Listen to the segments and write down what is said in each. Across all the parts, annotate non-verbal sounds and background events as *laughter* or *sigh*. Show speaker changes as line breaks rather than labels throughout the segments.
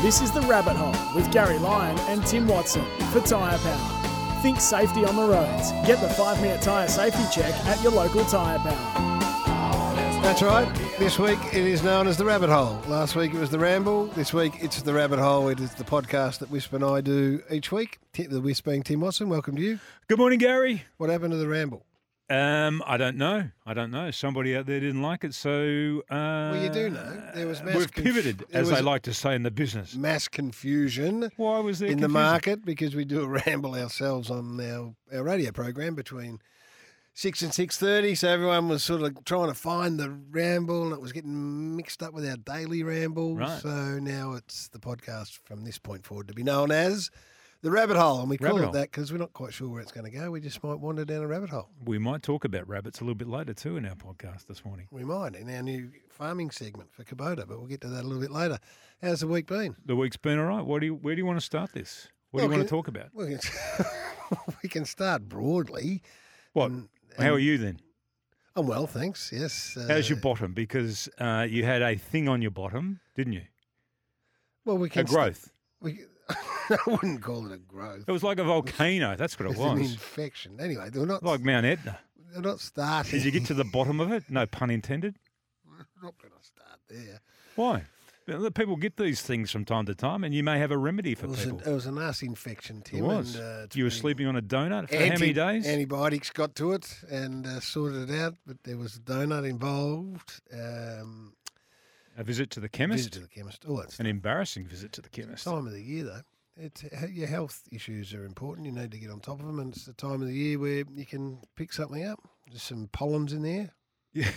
This is The Rabbit Hole with Gary Lyon and Tim Watson for Tyre Power. Think safety on the roads. Get the five minute tyre safety check at your local tyre power.
That's right. This week it is known as the Rabbit Hole. Last week it was the Ramble. This week it's the Rabbit Hole. It is the podcast that Wisp and I do each week. Ti- The Wisp being Tim Watson. Welcome to you.
Good morning, Gary.
What happened to the Ramble?
Um, I don't know. I don't know. Somebody out there didn't like it, so uh, well,
you do know. There was mass
we've
conf-
pivoted,
there
as
was
they like to say in the business.
Mass confusion
Why was there
in the
confusion?
market because we do a ramble ourselves on our, our radio program between six and six thirty. So everyone was sort of trying to find the ramble, and it was getting mixed up with our daily ramble.
Right.
So now it's the podcast from this point forward to be known as the Rabbit Hole, and we call
Rabbit
it
Hole.
that because we're not quite sure where it's going to go. We just might wander down a rabbit hole.
We might talk about rabbits a little bit later too in our podcast this morning.
We might in our new farming segment for Kubota, but we'll get to that a little bit later. How's the week been?
The week's been all right. What do you, where do you want to start this? What do
Look,
you want
it-
to talk about?
We can, *laughs* we can start broadly.
What?
um,
How are you then?
I'm Mm. Oh, well, thanks. Yes. Uh,
How's your bottom? Because uh, you had a thing on your bottom, didn't you?
well? We
A
can st-
growth.
we, *laughs* I wouldn't call it a growth.
It was like a volcano.
*laughs*
That's what it
It's an
was.
infection. Anyway, they're not
Like Mount Etna.
they're not starting.
Did you
*laughs*
get to the bottom of it? No pun intended.
We're not going to start there.
Why? Now, the People get these things from time to time, and you may have a remedy for
It was, a,
people.
it was a nice infection, Tim.
It was.
And, it's
you were
been-
sleeping on a donut for how
anti-
many days?
Antibiotics got to it and uh, sorted it out, but there was a donut involved. Um,
a visit to the
visit
chemist?
to the chemist. Oh, it's
An embarrassing visit to the chemist.
time of the year though. It's, h- your health issues are important. You need to get on top of them, and it's the time of the year where you can pick something up. There's some pollens in there.
*laughs* Yeah.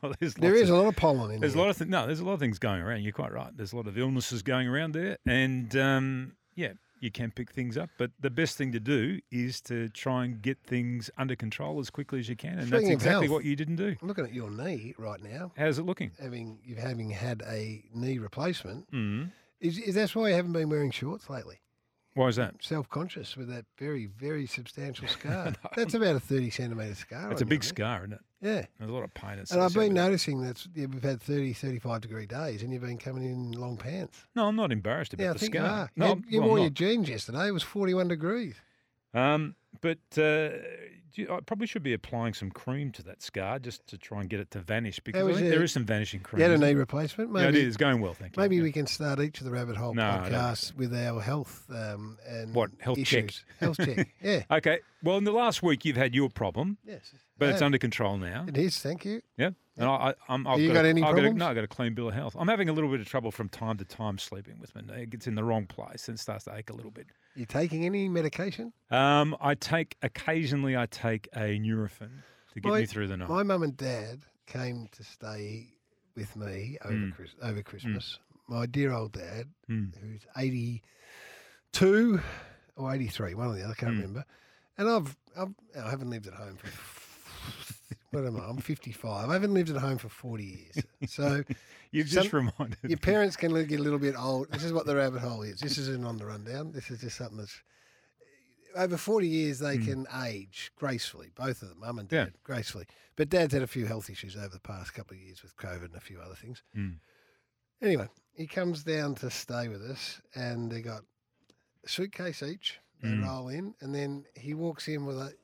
well, there's
There
lots
is
Of,
a lot of pollen in
there's a
there.
lot of th- no. There's a lot of things going around. You're quite right. There's a lot of illnesses going around there, and um, yeah, you can pick things up. But the best thing to do is to try and get things under control as quickly as you can, and
Speaking
that's
of
exactly
health-
what you didn't do.
I'm looking at your knee right now,
How's it looking?
having you having had a knee replacement.
Mm.
Is, is that's why you haven't been wearing shorts lately?
Why is that?
Self conscious with that very very substantial *laughs* scar. That's about a thirty centimetre scar.
It's a
on
big
your knee.
scar, isn't it?
Yeah.
There's a lot of pain.
And I've been
no,
noticing that yeah, we've had 30, 35 degree days, and you've been coming in long pants.
no, I'm not embarrassed about
Yeah, I
the
think
scar.
you are.
No,
you
I'm-
you
well, I'm
wore
not.
your jeans yesterday. It was 41 degrees.
Um, but uh, do you- I probably should be applying some cream to that scar just to try and get it to vanish because I
was
think
your-
there is some vanishing
You
cream.
had a
isn't
knee
it?
replacement.
yeah, it
Maybe,
is going well, thank you.
maybe
Yeah.
we can start each of the rabbit hole
No, I don't think
podcasts with our health um, and
What, health check?
issues. Health
*laughs*
check. Yeah.
Okay. Well, in the last week you've had your problem,
Yes.
but it's
Yeah.
under control now.
It is. Thank you.
Yeah. And I, I, I'm, I've
You
got,
got
a-
any
I've got a-
problems?
no, I've got a clean bill of health. I'm having a little bit of trouble from time to time sleeping with my knee. It gets in the wrong place and starts to ache a little bit.
You taking any medication?
Um, I take occasionally I take a Nurofen to get
My-
me through the night.
My mum and dad came to stay with me over
Mm.
Chris, over Christmas. My dear old dad,
Mm.
who's 82 or 83, one or the other, I can't
Mm.
remember. And I've, I've I haven't lived at home for *laughs* what am I? I'm 55. I haven't lived at home for 40 years. So
You've just
some-
reminded me.
your parents can get a little bit old. This is what the rabbit hole is. This isn't on the rundown. This is just something that's over 40 years they can age gracefully, both of them, mum and
Hmm. Yeah.
dad, gracefully. But dad's had a few health issues over the past couple of years with COVID and a few other things.
Mm.
Anyway, he comes down to stay with us, and they got a suitcase each. They
Mm.
roll in, and then he walks in with a.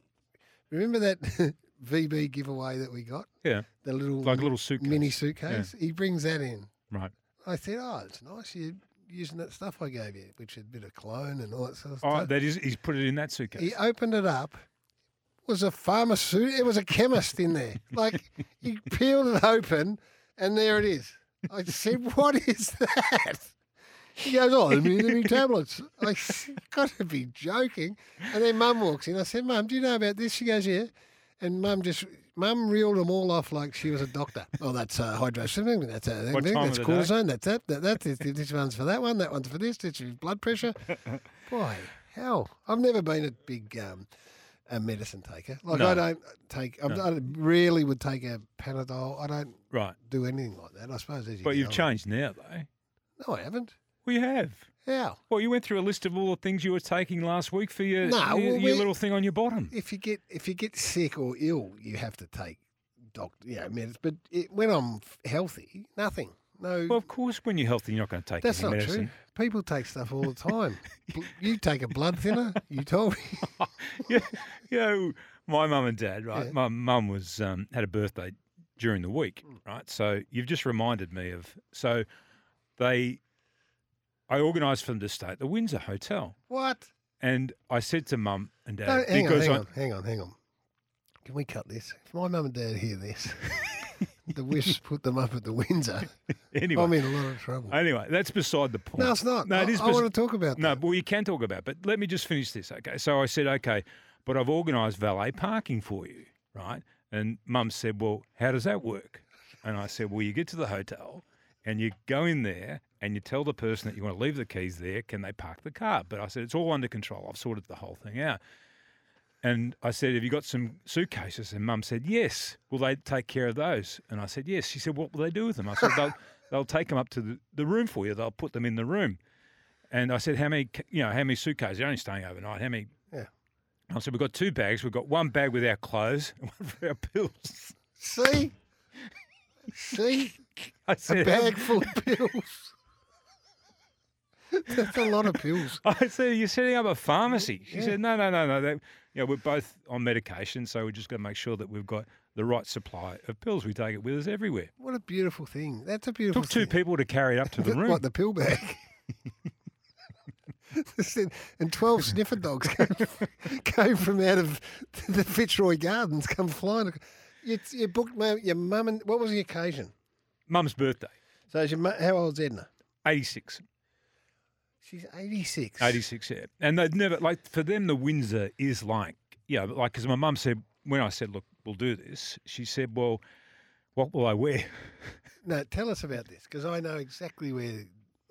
Remember that *laughs* VB giveaway that we got?
Yeah.
the little
Like a little suitcase.
mini suitcase. He brings that in.
Right.
I said, "Oh, it's nice you're using that stuff I gave you, which had a bit of clone and all that sort of
Oh,
stuff."
that is, he's put it in that suitcase.
he opened it up. Was a pharmaceutical. It was a chemist in there. Like he *laughs* peeled it open, and there it is. I said, "What is that?" He goes, "Oh,
*laughs*
immunity tablets." I got to be joking. And then Mum walks in. I said, "Mum, do you know about this?" She goes, "Yeah." And Mum just Mum reeled them all off like she was a doctor. Oh, that's uh, hydrocephalin. That's uh,
What time
that's
of the day?
cortisone. That's that. That, that this, this one's for that one. That one's for this. This is blood pressure. Boy, hell, I've never been a big um, a medicine taker. Like I
No.
don't take. I'm, I rarely would take a Panadol. I don't
Right.
do anything like that. I suppose. As you
But
get
you've
older.
changed now, though.
No, I haven't.
We have.
How?
Well, you went through a list of all the things you were taking last week for your,
No,
your,
well,
your
we-
little thing on your bottom.
If you get if you get sick or ill, you have to take doctor. Yeah, meds. But it, when I'm f- healthy, nothing. No,
Well, of course, when you're healthy, you're not going to take
that's
any
not
medicine.
true. People take stuff all the time. you take a blood thinner. You told me. *laughs*
yeah, you know, my mum and dad, right?
Yeah.
My mum was um, had a birthday during the week,
Mm.
right? So you've just reminded me of so they I organised for them to stay at the Windsor Hotel.
What?
And I said to mum and dad
No, hang on,
because
hang
I,
on, hang on, hang on. Can we cut this? If my mum and dad hear
*laughs*
this, the wish put them up at the Windsor.
*laughs* anyway
I'm in a lot of trouble.
anyway, that's beside the point.
no, it's not.
No,
I,
it is
I
bes-
want to talk about
No,
that.
but you can talk about. it, But let me just finish this, okay? So I said, okay, but I've organised valet parking for you, right? And Mum said, well, how does that work? And I said, well, you get to the hotel and you go in there and you tell the person that you want to leave the keys there. Can they park the car? But I said it's all under control. I've sorted the whole thing out. And I said, Have you got some suitcases? And mum said, Yes. Will they take care of those? And I said, Yes. She said, What will they do with them? I said, They'll, they'll take them up to the, the room for you. They'll put them in the room. And I said, How many, ca- you know, how many suitcases? You're only staying overnight. How many?
Yeah.
I said, We've got two bags. We've got one bag with our clothes and one for our pills. *laughs*
See? See?
I
A
said,
bag full of pills. *laughs* That's a lot of pills.
*laughs* I said, You're setting up a pharmacy. She said, No, no, no, no. They, you know, we're both on medication. So we're just going to make sure that we've got the right supply of pills. We take it with us everywhere.
What a beautiful thing. That's a beautiful
Took two
thing.
people to carry it up to the room.
What, the pill bag? *laughs* and 12 sniffer dogs *laughs* came, came from out of the Fitzroy Gardens, come flying. ac- You, you booked mum, your mum and what was the occasion?
Mum's birthday,
So, is your mu- how old's Edna?
86.
She's 86.
86, yeah. And they'd never, like, for them, the Windsor is like, yeah, but like, because my mum said, when I said, look, we'll do this, she said, well, what will I wear?
No, tell us about this because I know exactly where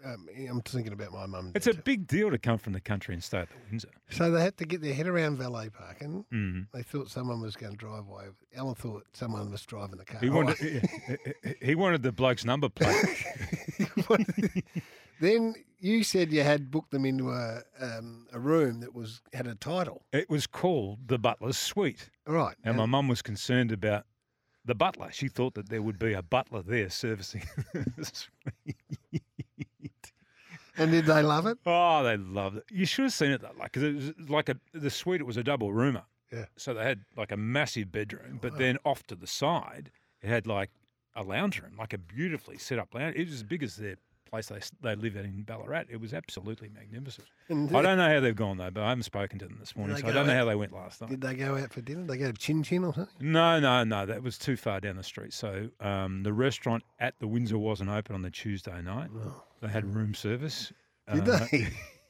um, I'm thinking about my mum. and
It's a
dad too.
big deal to come from the country and stay at the Windsor.
So they had to get their head around valet parking.
Mm.
They thought someone was going to drive away. Alan thought someone was driving the car.
He,
Oh,
wanted, he- *laughs* he- he wanted the bloke's number plate.
*laughs* Then you said you had booked them into a um, a room that was had a title.
it was called the Butler's Suite.
All right.
And
now-
my mum was concerned about the butler. She thought that there would be a butler there servicing *laughs* the suite.
and did they love it?
Oh, they loved it. You should have seen it though, like 'cause it was like a the suite. It was a double roomer.
Yeah.
So they had like a massive bedroom, but then off to the side, it had like a lounge room, like a beautifully set up lounge. It was as big as their place they s- they live at in Ballarat. It was absolutely magnificent.
And
I don't know how they've gone though, but I haven't spoken to them this morning,
they
so I
go
don't know
out?
how they went last night.
Did they go out for dinner? They go to Chin Chin or something?
No, no, no. That was too far down the street. So um, the restaurant at the Windsor wasn't open on the Tuesday night. They had room service.
Did
Uh,
they?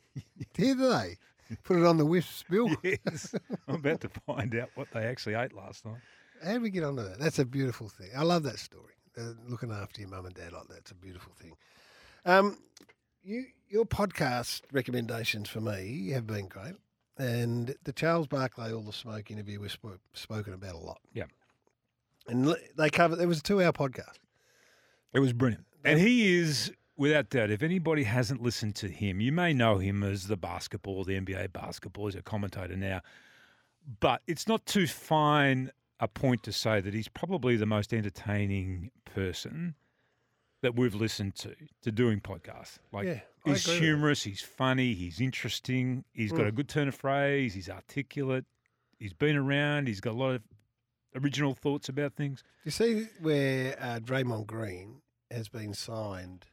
*laughs* did they? Put it on the whiff's bill.
yes. *laughs* I'm about to find out what they actually ate last night.
How do we get onto that? That's a beautiful thing. I love that story. Uh, looking after your mum and dad like that's a beautiful thing. Um, you your podcast recommendations for me have been great, and the Charles Barclay All the Smoke interview we've spoke, spoken about a lot.
Yeah.
and l- they covered. It was a two-hour podcast.
It was brilliant. And he is, without doubt, if anybody hasn't listened to him, you may know him as the basketball, the NBA basketball. He's a commentator now. But it's not too fine a point to say that he's probably the most entertaining person that we've listened to to doing podcasts. Like
Yeah, I
he's
agree with Mm. that.
humorous, he's funny, he's interesting, he's got a good turn of phrase, he's articulate, he's been around, he's got a lot of original thoughts about things.
You see where uh, Draymond Green has been signed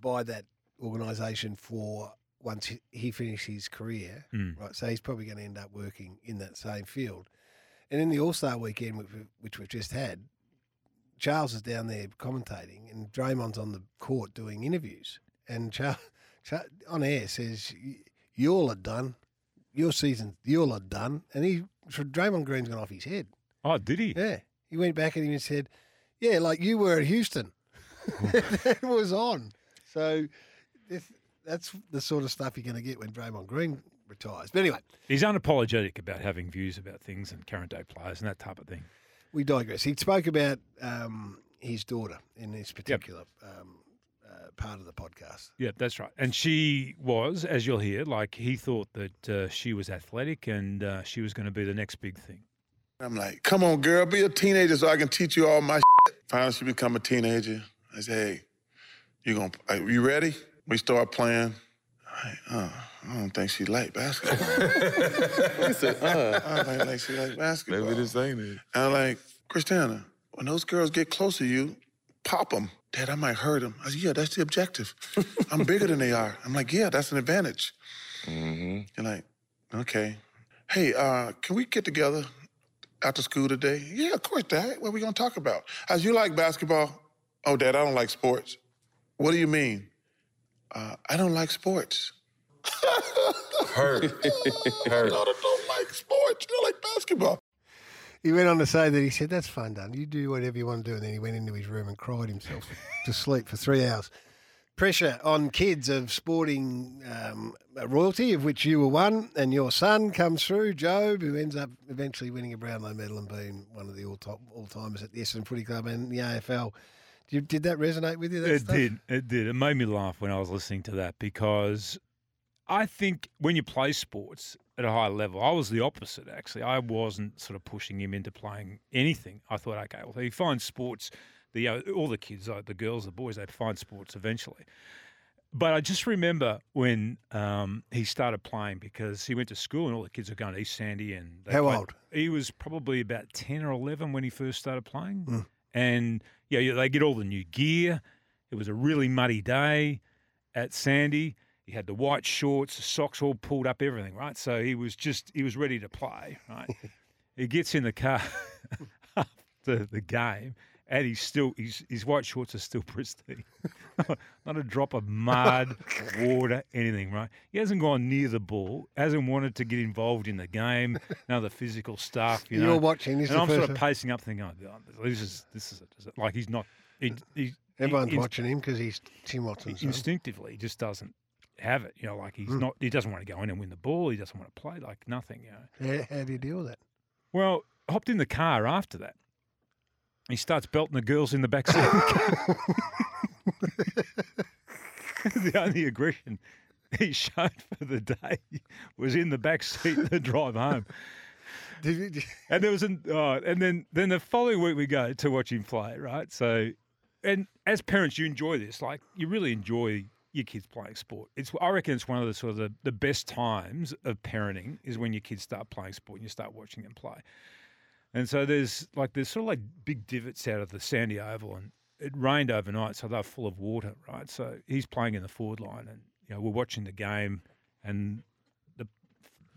by that organisation for once he- he finishes his career,
Mm.
right? So he's probably going to end up working in that same field. And in the All Star weekend, which, we- which we've just had, Charles is down there commentating, and Draymond's on the court doing interviews. And Charles, Char- on air says, "Y- "You'll are done. Your season, you'll are done." And he, so Draymond Green's gone off his head.
Oh, did he?
Yeah. He went back at him and said, Yeah, like you were at Houston. *laughs* that was on. So this, that's the sort of stuff you're going to get when Draymond Green retires. But anyway,
He's unapologetic about having views about things and current day players and that type of thing.
we digress. He spoke about um, his daughter in this particular um, uh, part of the podcast.
Yeah, that's right. And she was, as you'll hear, like he thought that uh, she was athletic and uh, she was going to be the next big thing.
I'm like, come on, girl, be a teenager so I can teach you all my shit. Finally, she become a teenager. I said, hey, you gonna are you ready? We start playing. I, uh, I don't think she like basketball. I said, uh, I don't think she like basketball.
Maybe this ain't it.
And I'm like, Christiana, when those girls get close to you, pop them. Dad, I might hurt them. I said, yeah, that's the objective. I'm bigger than they are. I'm like, yeah, that's an advantage.
Mm-hmm.
You're like, okay. Hey, uh, can we get together after school today? Yeah, of course, Dad. What are we going to talk about? As you like basketball? Oh, Dad, I don't like sports. What do you mean? Uh, I don't like sports. *laughs*
Hurt.
I don't like sports. I like basketball.
He went on to say that he said, That's fun, done. You do whatever you want to do. And then he went into his room and cried himself to sleep for three hours. Pressure on kids of sporting um, royalty, of which you were one, and your son comes through, Job, who ends up eventually winning a Brownlow medal and being one of the all top all timers at the Essendon Footy Club and the AFL. Did, you, did that resonate with you? That
it
stuff?
did. It did. It made me laugh when I was listening to that because I think when you play sports at a high level, I was the opposite actually. I wasn't sort of pushing him into playing anything. I thought, okay, well, he finds sports. The you know, all the kids, uh, the girls, the boys, they find sports eventually. But I just remember when um, he started playing because he went to school and all the kids were going to East Sandy and they
How
played-
old?
He was probably about ten or eleven when he first started playing,
Hmm.
and yeah, yeah, they get all the new gear. It was a really muddy day at Sandy. He had the white shorts, the socks all pulled up, everything, right? So he was just, he was ready to play,
*laughs*
right? he gets in the car *laughs* after the game and he's still, his, his white shorts are still *laughs* pristine. Not a drop
*laughs*
of mud, water, anything, right? He hasn't gone near the ball, hasn't wanted to get involved in
*laughs*
the game, none of the physical stuff, you
You're
know.
watching. This is
and
the
I'm
first
sort of
time.
pacing up thinking, oh, this is, this is, like he's not, he, he,
Everyone's
he-
watching him because he's Tim Watson. so-
instinctively he just doesn't have it. You know, like he's not. He doesn't want to go in and win the ball. He doesn't want to play. Like nothing. You know.
How, how do you deal with that?
Well, hopped in the car after that. He starts belting the girls in the back seat. *laughs* of the car. the only aggression he showed for the day was in the back seat of the drive home.
Did you- did-
And there was an oh, and then then the following week we go to watch him play, right? So, and as parents, you enjoy this. Like you really enjoy your kids playing sport. It's I reckon it's one of the sort of the, the best times of parenting is when your kids start playing sport and you start watching them play. And so there's like there's sort of like big divots out of the Sandy Oval, and it rained overnight, so they're full of water, right? So he's playing in the forward line, and you know we're watching the game, and the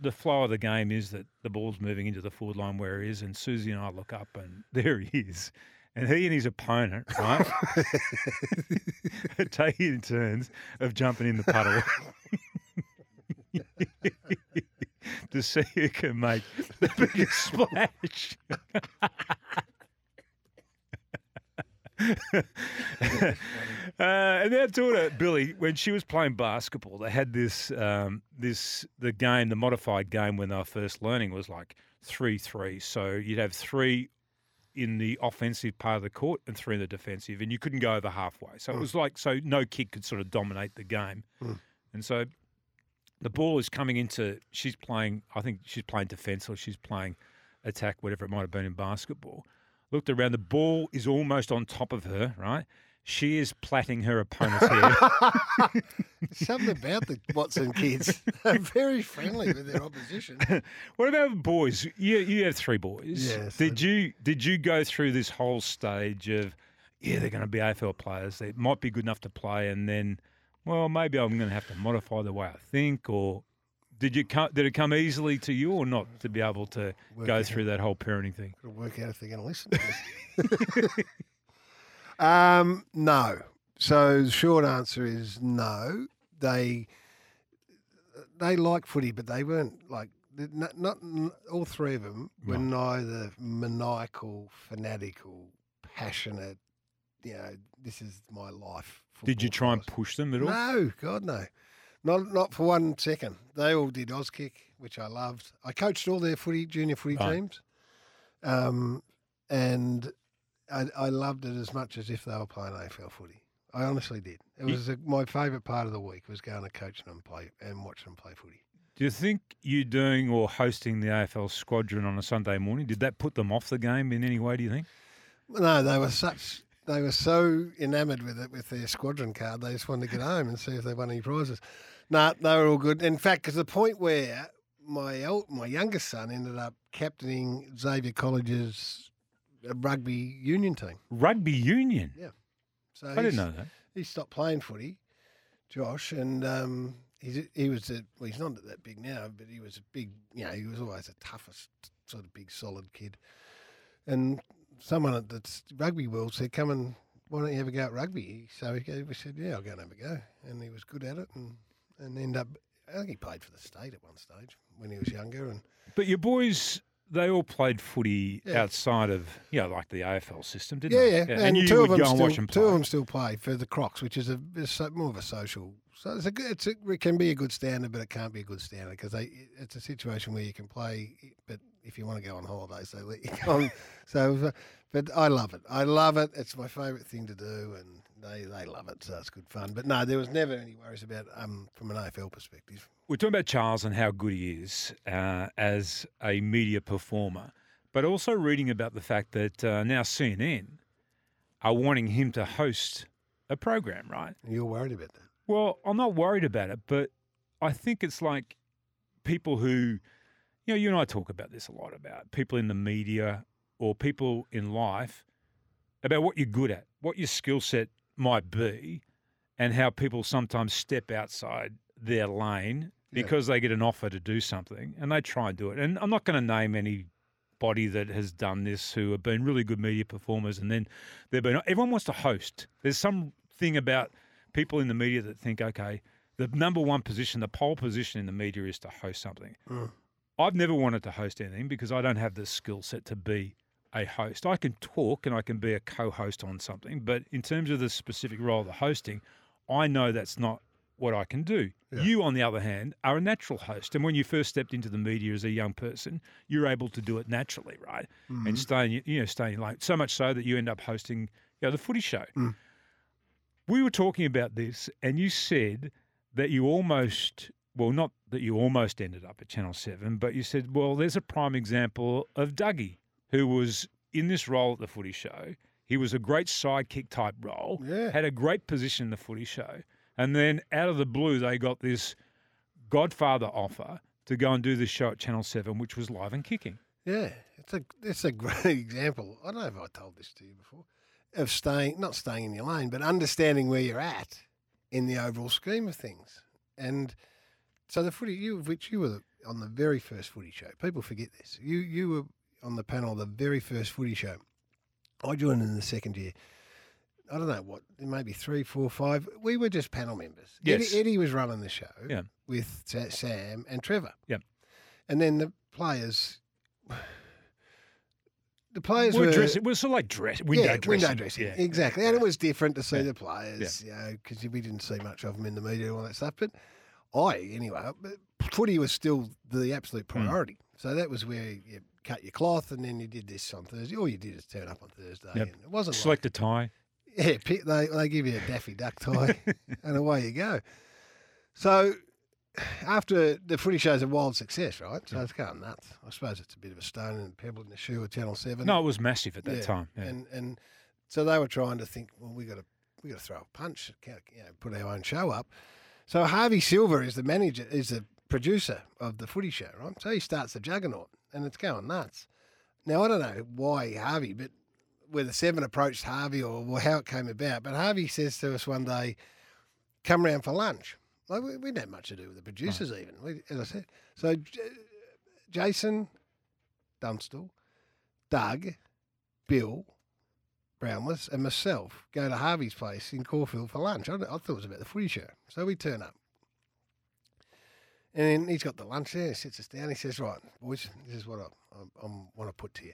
the flow of the game is that the ball's moving into the forward line where it is, and Susie and I look up, and *laughs* there he is, and he and his opponent, right, *laughs* are taking turns of jumping in the puddle. *laughs* to see who can make the biggest *laughs* splash. *laughs* uh, and our daughter Billy, when she was playing basketball, they had this um, this the game, the modified game when they were first learning was like three three. So you'd have three in the offensive part of the court and three in the defensive, and you couldn't go over halfway. So it was like so no kid could sort of dominate the game. And so the ball is coming into she's playing I think she's playing defense or she's playing attack, whatever it might have been in basketball. Looked around, the ball is almost on top of her, right? She is plaiting
*laughs*
her opponent's hair.
Something about the Watson
*laughs*
kids. They're very friendly with their opposition.
What about boys? You you have three boys.
Yes, I
Did you did you go through this whole stage of yeah, they're going to be AFL players. They might be good enough to play, and then well, maybe I'm going to have to modify the way I think. Or did you come, did it come easily to you or not to be able to
Work
go
it
through that whole parenting thing?
Got to work out if they're going to listen to this. *laughs* um, no. So the short answer is no. They they like footy, but they weren't like not, not all three of them were neither maniacal, fanatical, passionate. You know, this is my life.
Did you
football
try and
philosophy.
push them at all?
No, God no, not not for one second. They all did Oz kick, which I loved. I coached all their footy, junior footy
Right.
teams, um, and I, I loved it as much as if they were playing AFL footy. I honestly did. It
You-
was a, my favourite part of the week was going to coaching them play and watching them play footy.
Do you think you doing or hosting the AFL squadron on a Sunday morning did that put them off the game in any way? Do you think?
No, they were such they were so enamoured with it with their squadron card, they just wanted to get home and see if they won any prizes. No, they were all good. In fact, because the point where my el- my youngest son ended up captaining Xavier College's uh, rugby union team,
Rugby union.
so
I didn't
he's-
know that.
he stopped playing footy, Josh, and um, he's he was a, well, he's not that big now, but he was a big, you know, he was always the toughest sort of big, solid kid. And someone at the s- rugby world said, "Come and why don't you have a go at rugby?" So he, go- we said, "Yeah, I'll go and have a go," and he was good at it, and and end up. I think he played for the state at one stage when he was younger, and
But your boys, they all played footy
Yeah.
outside of, you know, like the AFL system, didn't
yeah,
they?
yeah,
And, you
two of
would
them
go
still,
and watch them play.
two of them still play for the Crocs, which is a is so- more of a social. So it's a good, it's a, it can be a good standard, but it can't be a good standard because they it's a situation where you can play, but if you want to go on holidays, they let you *laughs* go on. So, but I love it. I love it. It's my favourite thing to do, and they they love it, so it's good fun. But no, there was never any worries about um from an AFL perspective.
We're talking about Charles and how good he is uh, as a media performer, but also reading about the fact that uh, now CNN are wanting him to host a program, right?
And you're worried about that.
Well, I'm not worried about it, but I think it's like people who, you know, you and I talk about this a lot about people in the media or people in life about what you're good at, what your skill set might be, and how people sometimes step outside their lane
Yeah.
because they get an offer to do something and they try and do it. And I'm not going to name anybody that has done this who have been really good media performers and then they've been everyone wants to host. There's some thing about people in the media that think, okay, the number one position, the pole position in the media is to host something. I've never wanted to host anything because I don't have the skill set to be a host. I can talk and I can be a co host on something, but in terms of the specific role of the hosting, I know that's not what I can do. You, on the other hand, are a natural host. And when you first stepped into the media as a young person, you're able to do it naturally, right? And staying, you know, staying like so much so that you end up hosting, you know, the footy show. We were talking about this, and you said that you almost, well, not that you almost ended up at Channel 7, but you said, well, there's a prime example of Dougie, who was in this role at the footy show. He was a great sidekick type role,
Yeah.
had a great position in the footy show. And then out of the blue, they got this Godfather offer to go and do this show at Channel 7, which was live and kicking.
Yeah, it's a it's a *laughs* great example. I don't know if I told this to you before of staying not staying in your lane, but understanding where you're at in the overall scheme of things. And so the footy you of which you were on the very first footy show. People forget this. You you were on the panel the very first footy show. I joined in the second year. I don't know what, maybe three, four, five. We were just panel members.
Yes.
Eddie, Eddie was running the show
Yeah.
with Sa- Sam and Trevor.
Yep.
And then the players, the players
We're
were
dress- it was sort of like dress, window
yeah,
dressing.
Window dressing,
Yeah.
exactly. And it was different to see
Yeah.
the players, you know, because we didn't see much of them in the media and all that stuff. But I, anyway, but footy was still the absolute
Hmm.
priority. So that was where you cut your cloth and then you did this on Thursday. All you did is turn up on Thursday.
Yep.
And it wasn't like
Select a tie.
yeah, pi- they they give you a Daffy Duck *laughs* tie, and away you go. So after the footy show's a wild success, right? So it's going nuts. I suppose it's a bit of a stone and a pebble in the shoe of Channel Seven.
No, it was massive at that
Yeah,
time. Yeah.
and and so they were trying to think. Well, we got to we got to throw a punch. You know, put our own show up. So Harvey Silver is the manager, is the producer of the Footy Show, right? So he starts the juggernaut, and it's going nuts. Now I don't know why Harvey, but whether Seven approached Harvey or how it came about, but Harvey says to us one day, "Come round for lunch." Like we, we didn't have much to do with the producers, even. We, as I said, so J- Jason Dunstall, Doug, Bill, Brownless and myself go to Harvey's place in Caulfield for lunch. I, I thought it was about the footy show. So we turn up. And then he's got the lunch there. He sits us down. He says, Right, boys, this is what I, I, I want to put to you.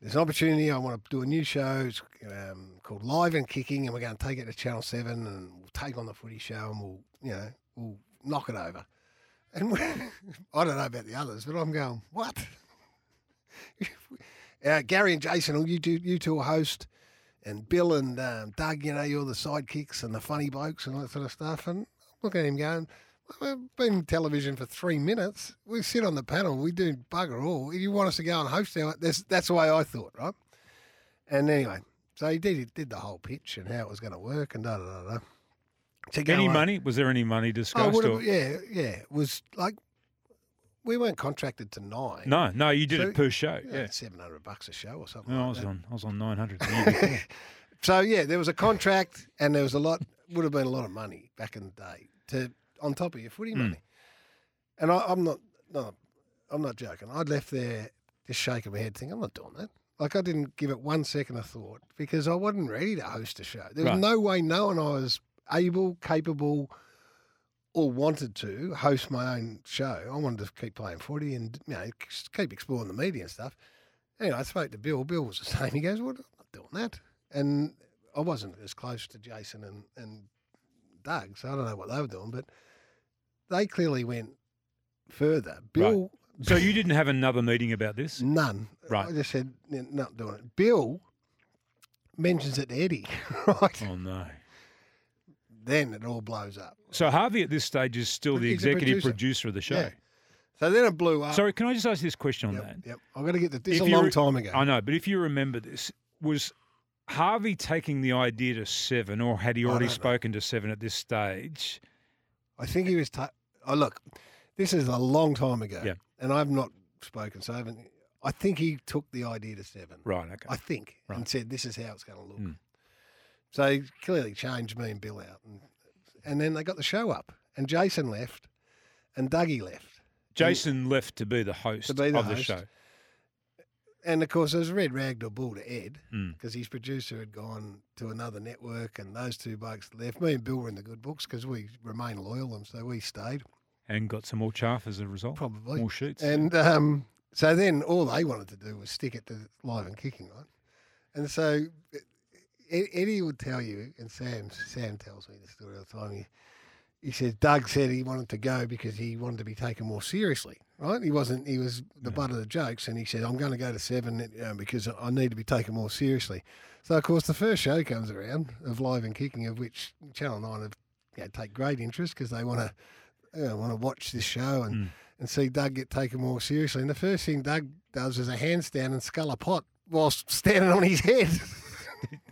There's an opportunity. I want to do a new show. It's um, called Live and Kicking, and we're going to take it to Channel 7 and we'll take on the footy show and we'll, you know, we'll knock it over. And we, *laughs* I don't know about the others, but I'm going, What? *laughs* uh, Gary and Jason, will you, do, you two will host and Bill and um, Doug, you know, you're the sidekicks and the funny blokes and all that sort of stuff. And I'm looking at him going, well, we've been in television for three minutes. We sit on the panel. We do bugger all. You want us to go and host our... That's, that's the way I thought, right? And anyway, So he did, he did the whole pitch and how it was going to work and da da da da. To go
any
up-
money? Was there any money
Oh,
discussed?
would
or?
have, yeah, yeah. It was like we weren't contracted to nine.
No, no, you did
So-
it per show.
Yeah,
Yeah.
seven hundred bucks a show or something.
No, I
like
was
that.
on. I was on nine hundred. the
*laughs*
year before.
So yeah, there was a contract, and there was a lot. Would have been a lot of money back in the day to on top of your footy
Hmm.
money. And I, I'm not, no, I'm not joking. I'd left there just shaking my head, thinking I'm not doing that. Like I didn't give it one second of thought because I wasn't ready to host a show. There was
Right.
no way knowing I was able, capable, or wanted to host my own show. I wanted to keep playing footy and you know just keep exploring the media and stuff. Anyway, I spoke to Bill. Bill was the *laughs* same. He goes, "What? I'm not doing that." And I wasn't as close to Jason and and Doug, so I don't know what they were doing, but they clearly went further. Bill,
so you didn't have another meeting about this?
none.
Right.
I just said "N- not doing it. Bill mentions it to Eddie, *laughs* right?
Oh no.
Then it all blows up.
So Harvey at this stage is still
He's
the
a
executive
producer.
producer of the show.
Yeah. Uh, So then it blew up.
Sorry, can I just ask this question on
Yep,
that?
yep. I've got to get the, this
If
a
you
long
re-
time ago.
I know, but if you remember this, was Harvey taking the idea to Seven, or had he
I
already
don't know.
spoken to Seven at this stage?
I think he was. ta oh, look, this is a long time ago.
Yeah.
And I've not spoken, so I haven't. I think he took the idea to seven.
Right. Okay.
I think, and
Right.
said, "This is how it's going to look."
Hmm.
So he clearly changed me and Bill out, and, and then they got the show up, and Jason left, and Dougie left,
Jason left to be the host
To be the
of the
host.
show.
and of course there was a red rag to a bull to Ed
Hmm.
because his producer had gone to another network, and those two blokes left. Me and Bill were in the good books because we remained loyal, and so we stayed
And got some more chaff as a result.
probably.
More shoots.
And um, so then all they wanted to do was stick it to live and kicking, right? And so E- E- Eddie would tell you, and Sam Sam tells me the story all the time. He, he says Doug said he wanted to go because he wanted to be taken more seriously, right? He wasn't. He was the butt of the jokes, and he said, "I'm going to go to seven uh, because I need to be taken more seriously." So of course, the first show comes around of live and kicking, of which Channel Nine have you know, take great interest because they want to you know, want to watch this show and, and see Doug get taken more seriously. And the first thing Doug does is a handstand and skull a pot whilst *laughs* standing on his head.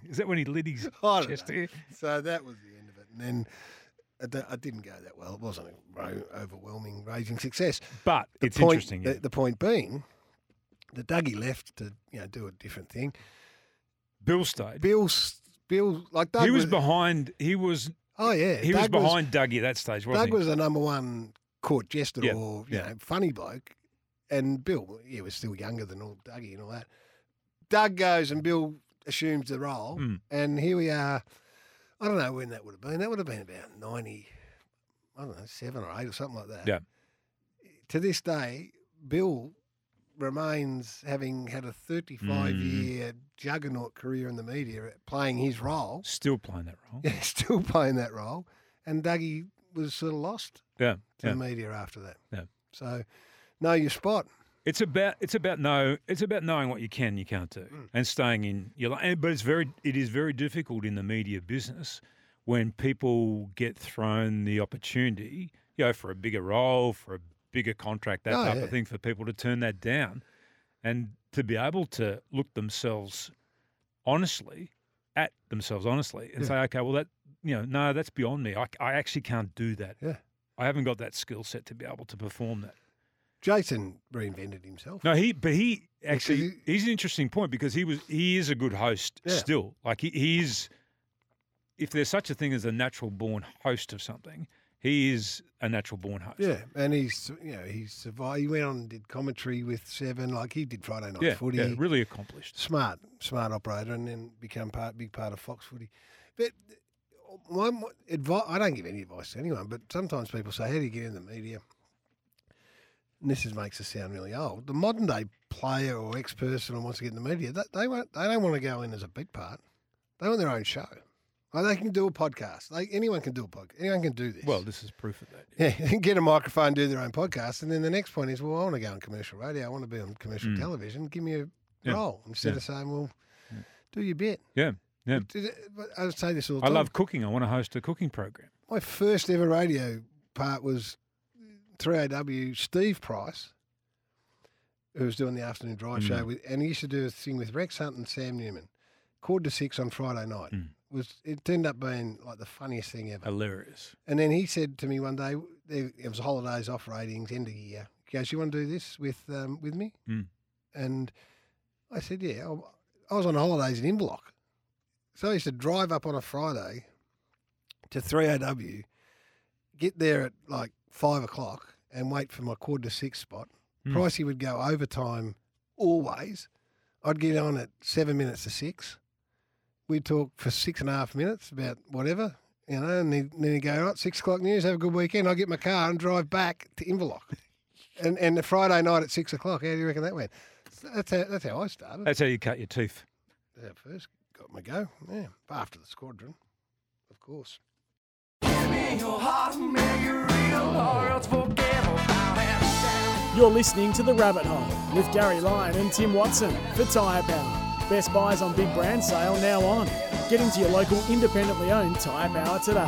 is that when he lit his
*laughs* I don't
chest
know.
here?
so that was the end of it. And then it, d- it didn't go that well. It wasn't a ro- overwhelming, raging success.
But
The
it's
point,
interesting. yeah.
The, the point being that Dougie left to you know do a different thing.
Bill stayed.
Bill, s- Bill, like Doug
he was behind. He was
Oh yeah,
he was
Doug
behind Dougie at that stage, wasn't
Doug was the number one court jester
Yeah,
or you
yeah.
know funny bloke, and Bill he was still younger than all Dougie and all that. Doug goes and Bill assumes the role,
Mm.
and here we are. I don't know when that would have been. That would have been about ninety, I don't know, seven or eight or something like that.
Yeah.
To this day, Bill remains having had a
Hmm.
thirty-five year juggernaut career in the media, playing his role. *laughs*
he? Still playing that role.
Yeah, still playing that role. And Dougie was sort of lost
Yeah.
to
yeah.
the media after that.
Yeah.
So, know your spot.
It's about it's about know it's about knowing what you can and you can't do
Mm.
and staying in your life. But it's very it is very difficult in the media business when people get thrown the opportunity, you know, for a bigger role, for a bigger contract, that
Oh,
type
yeah.
of thing, for people to turn that down and to be able to look themselves honestly at themselves honestly and say, okay, well that you know, no, that's beyond me. I, I actually can't do that.
Yeah.
I haven't got that skill set to be able to perform that.
Jason reinvented himself.
No, he but he actually
he-
he's an interesting point because he was he is a good host
Yeah.
still. Like he, he is if there's such a thing as a natural born host of something, he is a natural born host.
Yeah, and he's you know he survived. He went on and did commentary with Seven, like he did Friday Night
Yeah,
Footy.
yeah, really accomplished.
smart, smart operator, and then become part big part of Fox Footy. But uh, my, my advice, I don't give any advice to anyone, but sometimes people say, "How do you get in the media?" And this is, makes us sound really old. The modern day player or ex person who wants to get in the media, that, they won't, they don't want to go in as a bit part. They want their own show. Like they can do a podcast. Like anyone can do a podcast. Anyone can do this.
Well, this is proof of that.
Yeah, *laughs* get a microphone, do their own podcast, and then the next point is, well, I want to go on commercial radio, I want to be on commercial
Mm.
television. Give me a
Yeah.
role instead
Yeah.
of saying, well, do your bit.
Yeah, yeah.
Did it- but I say this all the
I
time.
love cooking. I want to host a cooking program.
my first ever radio part was 3AW Steve Price,
Mm.
who was doing the afternoon drive show, with, and he used to do a thing with Rex Hunt and Sam Newman quarter to six on Friday night.
Mm.
Was it ended up being like the funniest thing ever.
Hilarious.
And then he said to me one day, there- it was holidays, off ratings, end of year. He goes, "You want to do this with um, with me?"
Mm.
And I said, "Yeah." I- I was on holidays in Inverloch, so I used to drive up on a Friday to 3OW, get there at like five o'clock, and wait for my quarter to six spot.
Mm.
Pricey would go overtime always. I'd get on at seven minutes to six. We'd talk for six and a half minutes about whatever, you know, and then then he'd go, all right, six o'clock news, have a good weekend. I'll get my car and drive back to Inverloch. and and the Friday night at six o'clock, how do you reckon that went? So that's how, that's how I started.
That's how you cut your teeth.
That's how I first got my go. Yeah, after the squadron, of course.
You're listening to The Rabbit Hole with Gary Lyon and Tim Watson for Tyre Power. Best buys on big brand sale now on. Get into your local independently owned Tyre Power today.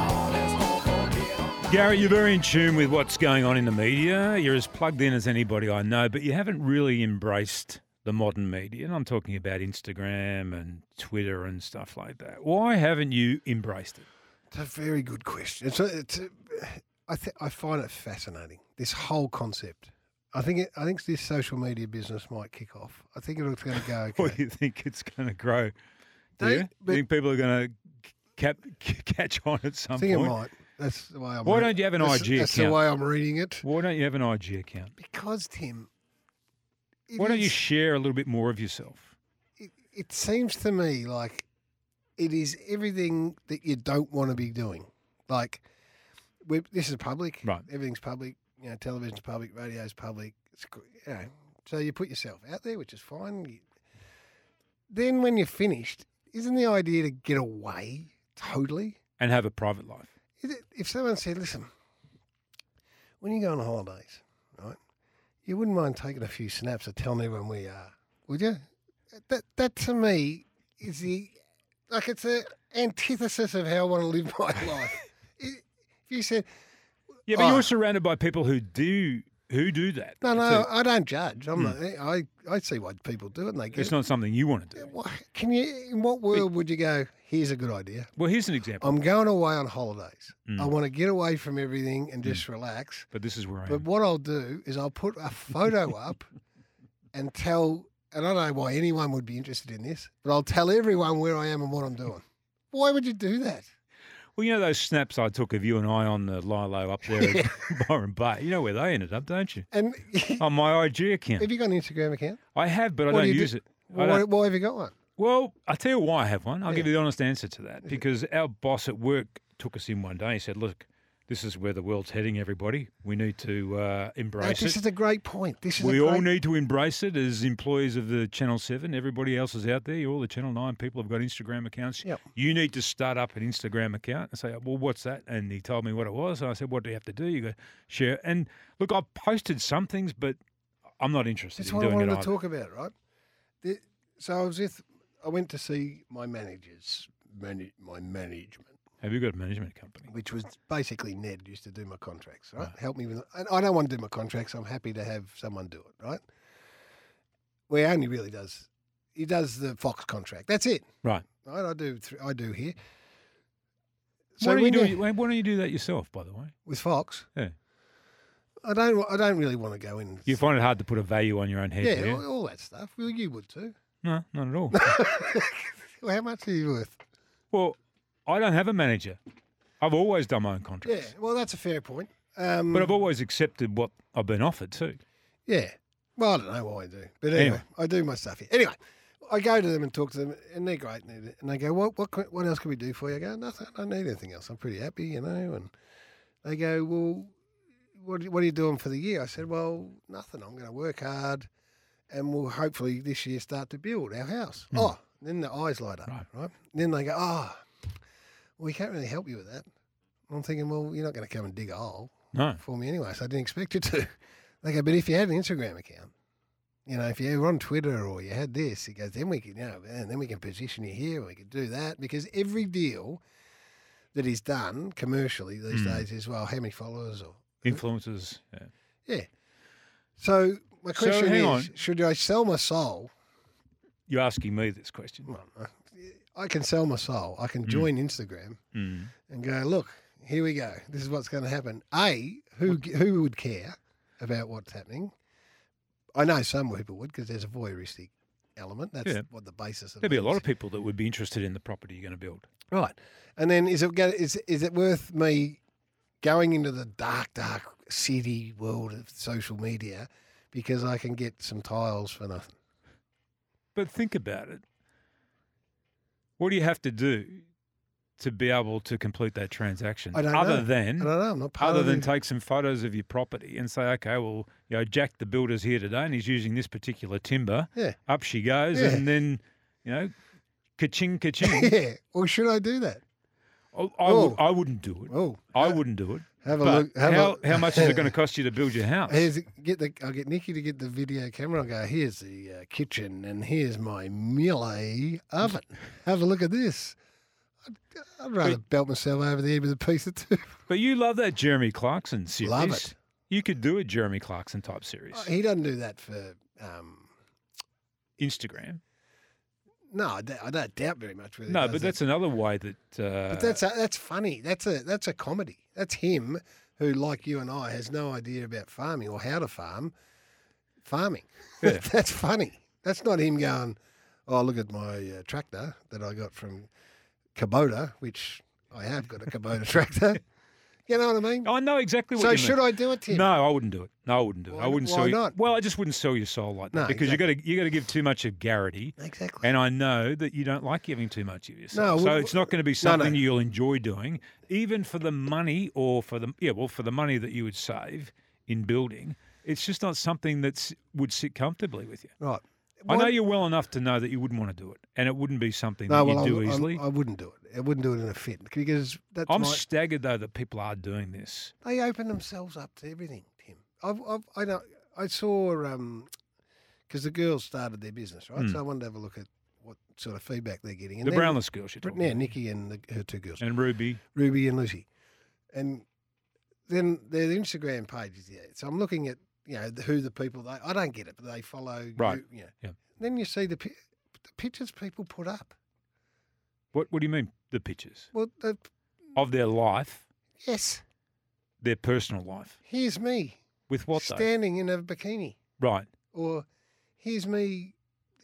Gary, you're very in tune with what's going on in the media. You're as plugged in as anybody I know, but you haven't really embraced the modern media. And I'm talking about Instagram and Twitter and stuff like that. Why haven't you
*laughs*
embraced it?
It's a very good question. It's, a- it's a- I th- I find it fascinating. This whole concept. I think it, I think this social media business might kick off. I think it's going to go.
*laughs*
Okay.
Or you think it's going to grow? Do
Don't-
you?
but-
you think people are going to cap, *laughs* catch on at
I
some
think
point?
it might. That's the way I'm.
Why
rea-
don't you have an
that's,
IG
That's
account?
the way I'm reading it.
Why don't you have an IG account?
Because Tim, it
Why don't you
is-
share a little bit more of yourself?
it, it seems to me like it is everything that you don't want to be doing. Like, we this is public.
Right.
Everything's public. You know, television's public, radio's public. It's, gr- you know, so you put yourself out there, which is fine. You- then when you're finished, isn't the idea to get away totally?
and have a private life.
Is it, if someone said, listen, when you go on holidays, right, you wouldn't mind taking a few snaps of telling everyone where you are, would you? That, that to me is the, like, it's the antithesis of how I want to live my *laughs* life. It- if you said,
Yeah, but
Oh.
you're surrounded by people who do who do that.
no,
It's
no,
a-
I don't judge. I'm not, I, I see why people do it and they
Hmm. it's
get
not something you want to do.
Why- Can you, in what world would you go, here's a good idea?
Well, here's an example.
I'm going away on holidays. I
Mm.
want to get away from everything
Hmm.
and just relax.
But this is where I
But
am.
what I'll do is I'll put a
*laughs*
photo up and tell, and I don't know why anyone would be interested in this, but I'll tell everyone where I am and what I'm doing. Why would you do that?
Well, you know those snaps I took of you and I on the Lilo up
*laughs*
there at *laughs* Byron Bay. You know where they ended up, don't you?
And *laughs*
On my IG
have
account.
you got an Instagram account?
I have, but I
What do
don't
you
use
do-
it.
Why,
I don't-
why have you got one?
Well, I'll tell you why I have one. I'll give
Yeah.
you the honest answer to that. Because our boss at work took us in one day. He said, "Look, this is where the world's heading. Everybody, we need to uh,
No,
embrace
this
it.
is a great point. This is a
We all
great-
need to embrace it as employees of the Channel 7. Everybody else is out there. All the Channel 9 people have got Instagram accounts.
Yep.
You need to start up an Instagram account and say, well, what's that? And he told me what it was. And I said, what do you have to do? You go, share. And look, I posted some things, but I'm not interested
That's
in
what I
doing
wanted
it
to
either.
talk about, right? The- so I was with, I went to see my managers, manage, my management.
Have you got a management company?
which was basically Ned used to do my contracts, right? Help me with. And I don't want to do my contracts. I'm happy to have someone do it, right? Well, he only really does. He does the Fox contract. That's it,
Right.
right? I do. Th- I do here.
why, don't you
when
do,
you-
why don't you do that yourself, by the way?
with Fox.
Yeah.
I don't. wa- I don't really want to go in. and
You
s-
find it hard to put a value on your own head.
yeah, oh,
do you?
All, all that stuff. Well, you would too.
No, not at all.
Well, how much are you worth?
well, I don't have a manager. I've always done my own
Yeah.
contracts.
Well, that's a fair point. Um,
But I've always accepted what I've been offered too.
Yeah. Well, I don't know why I do, but anyway,
Anyway.
I do my stuff here. Anyway, I go to them and talk to them, and they're great. And they- and they go, "What, what, can- what else can we do for you?" I go, "Nothing. I don't need anything else. I'm pretty happy, you know." And they go, "Well, what, are- what are you doing for the year?" I said, "Well, nothing. I'm going to work hard, and we'll hopefully this year start to build our house." Oh, then the eyes light up, right?
Right.
And then they go, "Ah, we can't really help you with that." I'm thinking, "Well, you're not going to come and dig a hole."
No.
for me anyway, so I didn't expect you to. *laughs* They go, but if you had an Instagram account, you know, if you were on Twitter or you had this, he goes, then we can, you know, and then we can position you here, we can do that, because every deal that is done commercially these
Hmm.
days is well, how many followers or
Influences. Yeah.
yeah. So my
So,
question
hang
is,
on.
should I sell my soul?
You're asking me this question.
Well, uh, I can sell my soul. I
Hmm.
can join Instagram
Mm.
and go, look, here we go. This is what's going to happen. A, who who would care about what's happening? I know some people would because there's a voyeuristic element. That's
Yeah.
what the basis of
There'd be a
it
lot
is.
of people that would be interested in the property you're going to build.
Right. And then is it go- is is it worth me going into the dark, dark city world of social media because I can get some tiles for nothing?
But think about it. What do you have to do to be able to complete that transaction?
I don't
other
know. I
than
don't know. I'm not part
other
of
than
the-
take some photos of your property and say, okay, well, you know, Jack the builder's here today and he's using this particular timber.
Yeah.
Up she goes,
Yeah.
and then you know, ka-ching,
*laughs*
ka-ching.
*laughs* yeah. Well, should I do that?
I, I,
Oh.
would, I wouldn't do it.
Oh,
I wouldn't do it.
have a
But
look. Have
how,
a,
how much is
*laughs*
it going to cost you to build your house?
Here's get the. I'll get Nikki to get the video camera. I'll go. Here's the uh, kitchen, and here's my mealy oven. Have a look at this. I'd, I'd rather belt myself over the head with a piece of *laughs* two.
But you love that Jeremy Clarkson series.
Love it. Oh,
You could do a Jeremy Clarkson type series.
He doesn't do that for. Um,
Instagram.
no, I don't, I don't doubt very much. Whether he
No,
does
but
that.
that's another way that. Uh,
But that's a, that's funny. That's a that's a comedy. That's him who, like you and I, has no idea about farming or how to farm farming.
Yeah.
*laughs* that's funny. That's not him going. Oh, look at my uh, tractor that I got from Kubota, which I have got a
*laughs*
Kubota tractor. You know what I mean?
Oh, I know exactly what
so
you
should
mean.
I do it, Tim?
No, I wouldn't do it. No, I wouldn't do it.
Why
I
n-
wouldn't
why
sell. You,
not?
well, I just wouldn't sell your soul like that
No,
because you got to you got to give too much of Garrity,
exactly.
and I know that you don't like giving too much of yourself.
No,
so
we-
it's not going to be
no, no.
something you'll enjoy doing, even for the money or for the yeah, well, for the money that you would save in building. It's just not something that would sit comfortably with you.
Right.
I know
Why-
you well enough to know that you wouldn't want to do it, and it wouldn't be something
No,
that
well,
you do
I,
easily.
I, I wouldn't do it. I wouldn't do it in a fit because that's
I'm
my,
staggered though that people are doing this.
they open themselves up to everything, Tim. I've, I've I know I saw um because the girls started their business, right?
Mm.
So I wanted to have a look at what sort of feedback they're getting.
the
then-
brownless girls you're talking
Yeah,
about.
Nikki and the, her two girls,
and Ruby.
Ruby and Lucy, and then their Instagram pages. Yeah, so I'm looking at you know the- who the people they I don't get it, but they follow
Right.
who- you know.
Yeah.
Then you see the, pi- the pictures people put up.
What What do you mean? The pictures
Well, the,
of their life,
yes,
their personal life.
here's me
With what though?
standing in a bikini.
Right.
or here's me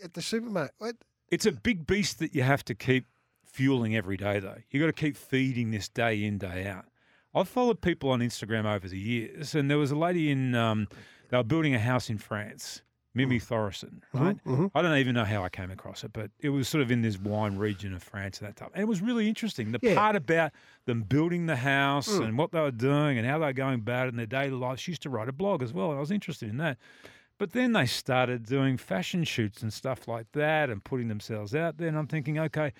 at the supermarket. What?
It's a big beast that you have to keep fueling every day, though. You got to keep feeding this day in, day out. I've followed people on Instagram over the years, and there was a lady in. Um, they were building a house in France, Mimi Thorison,
Mm-hmm.
right? I don't even know how I came across it, but it was sort of in this wine region of France and that type. And it was really interesting. The
Yeah. Mm.
part about them building the house and what they were doing and how they were going about it in their daily life. She used to write a blog as well, and I was interested in that. But then they started doing fashion shoots and stuff like that and putting themselves out there. And I'm thinking, okay,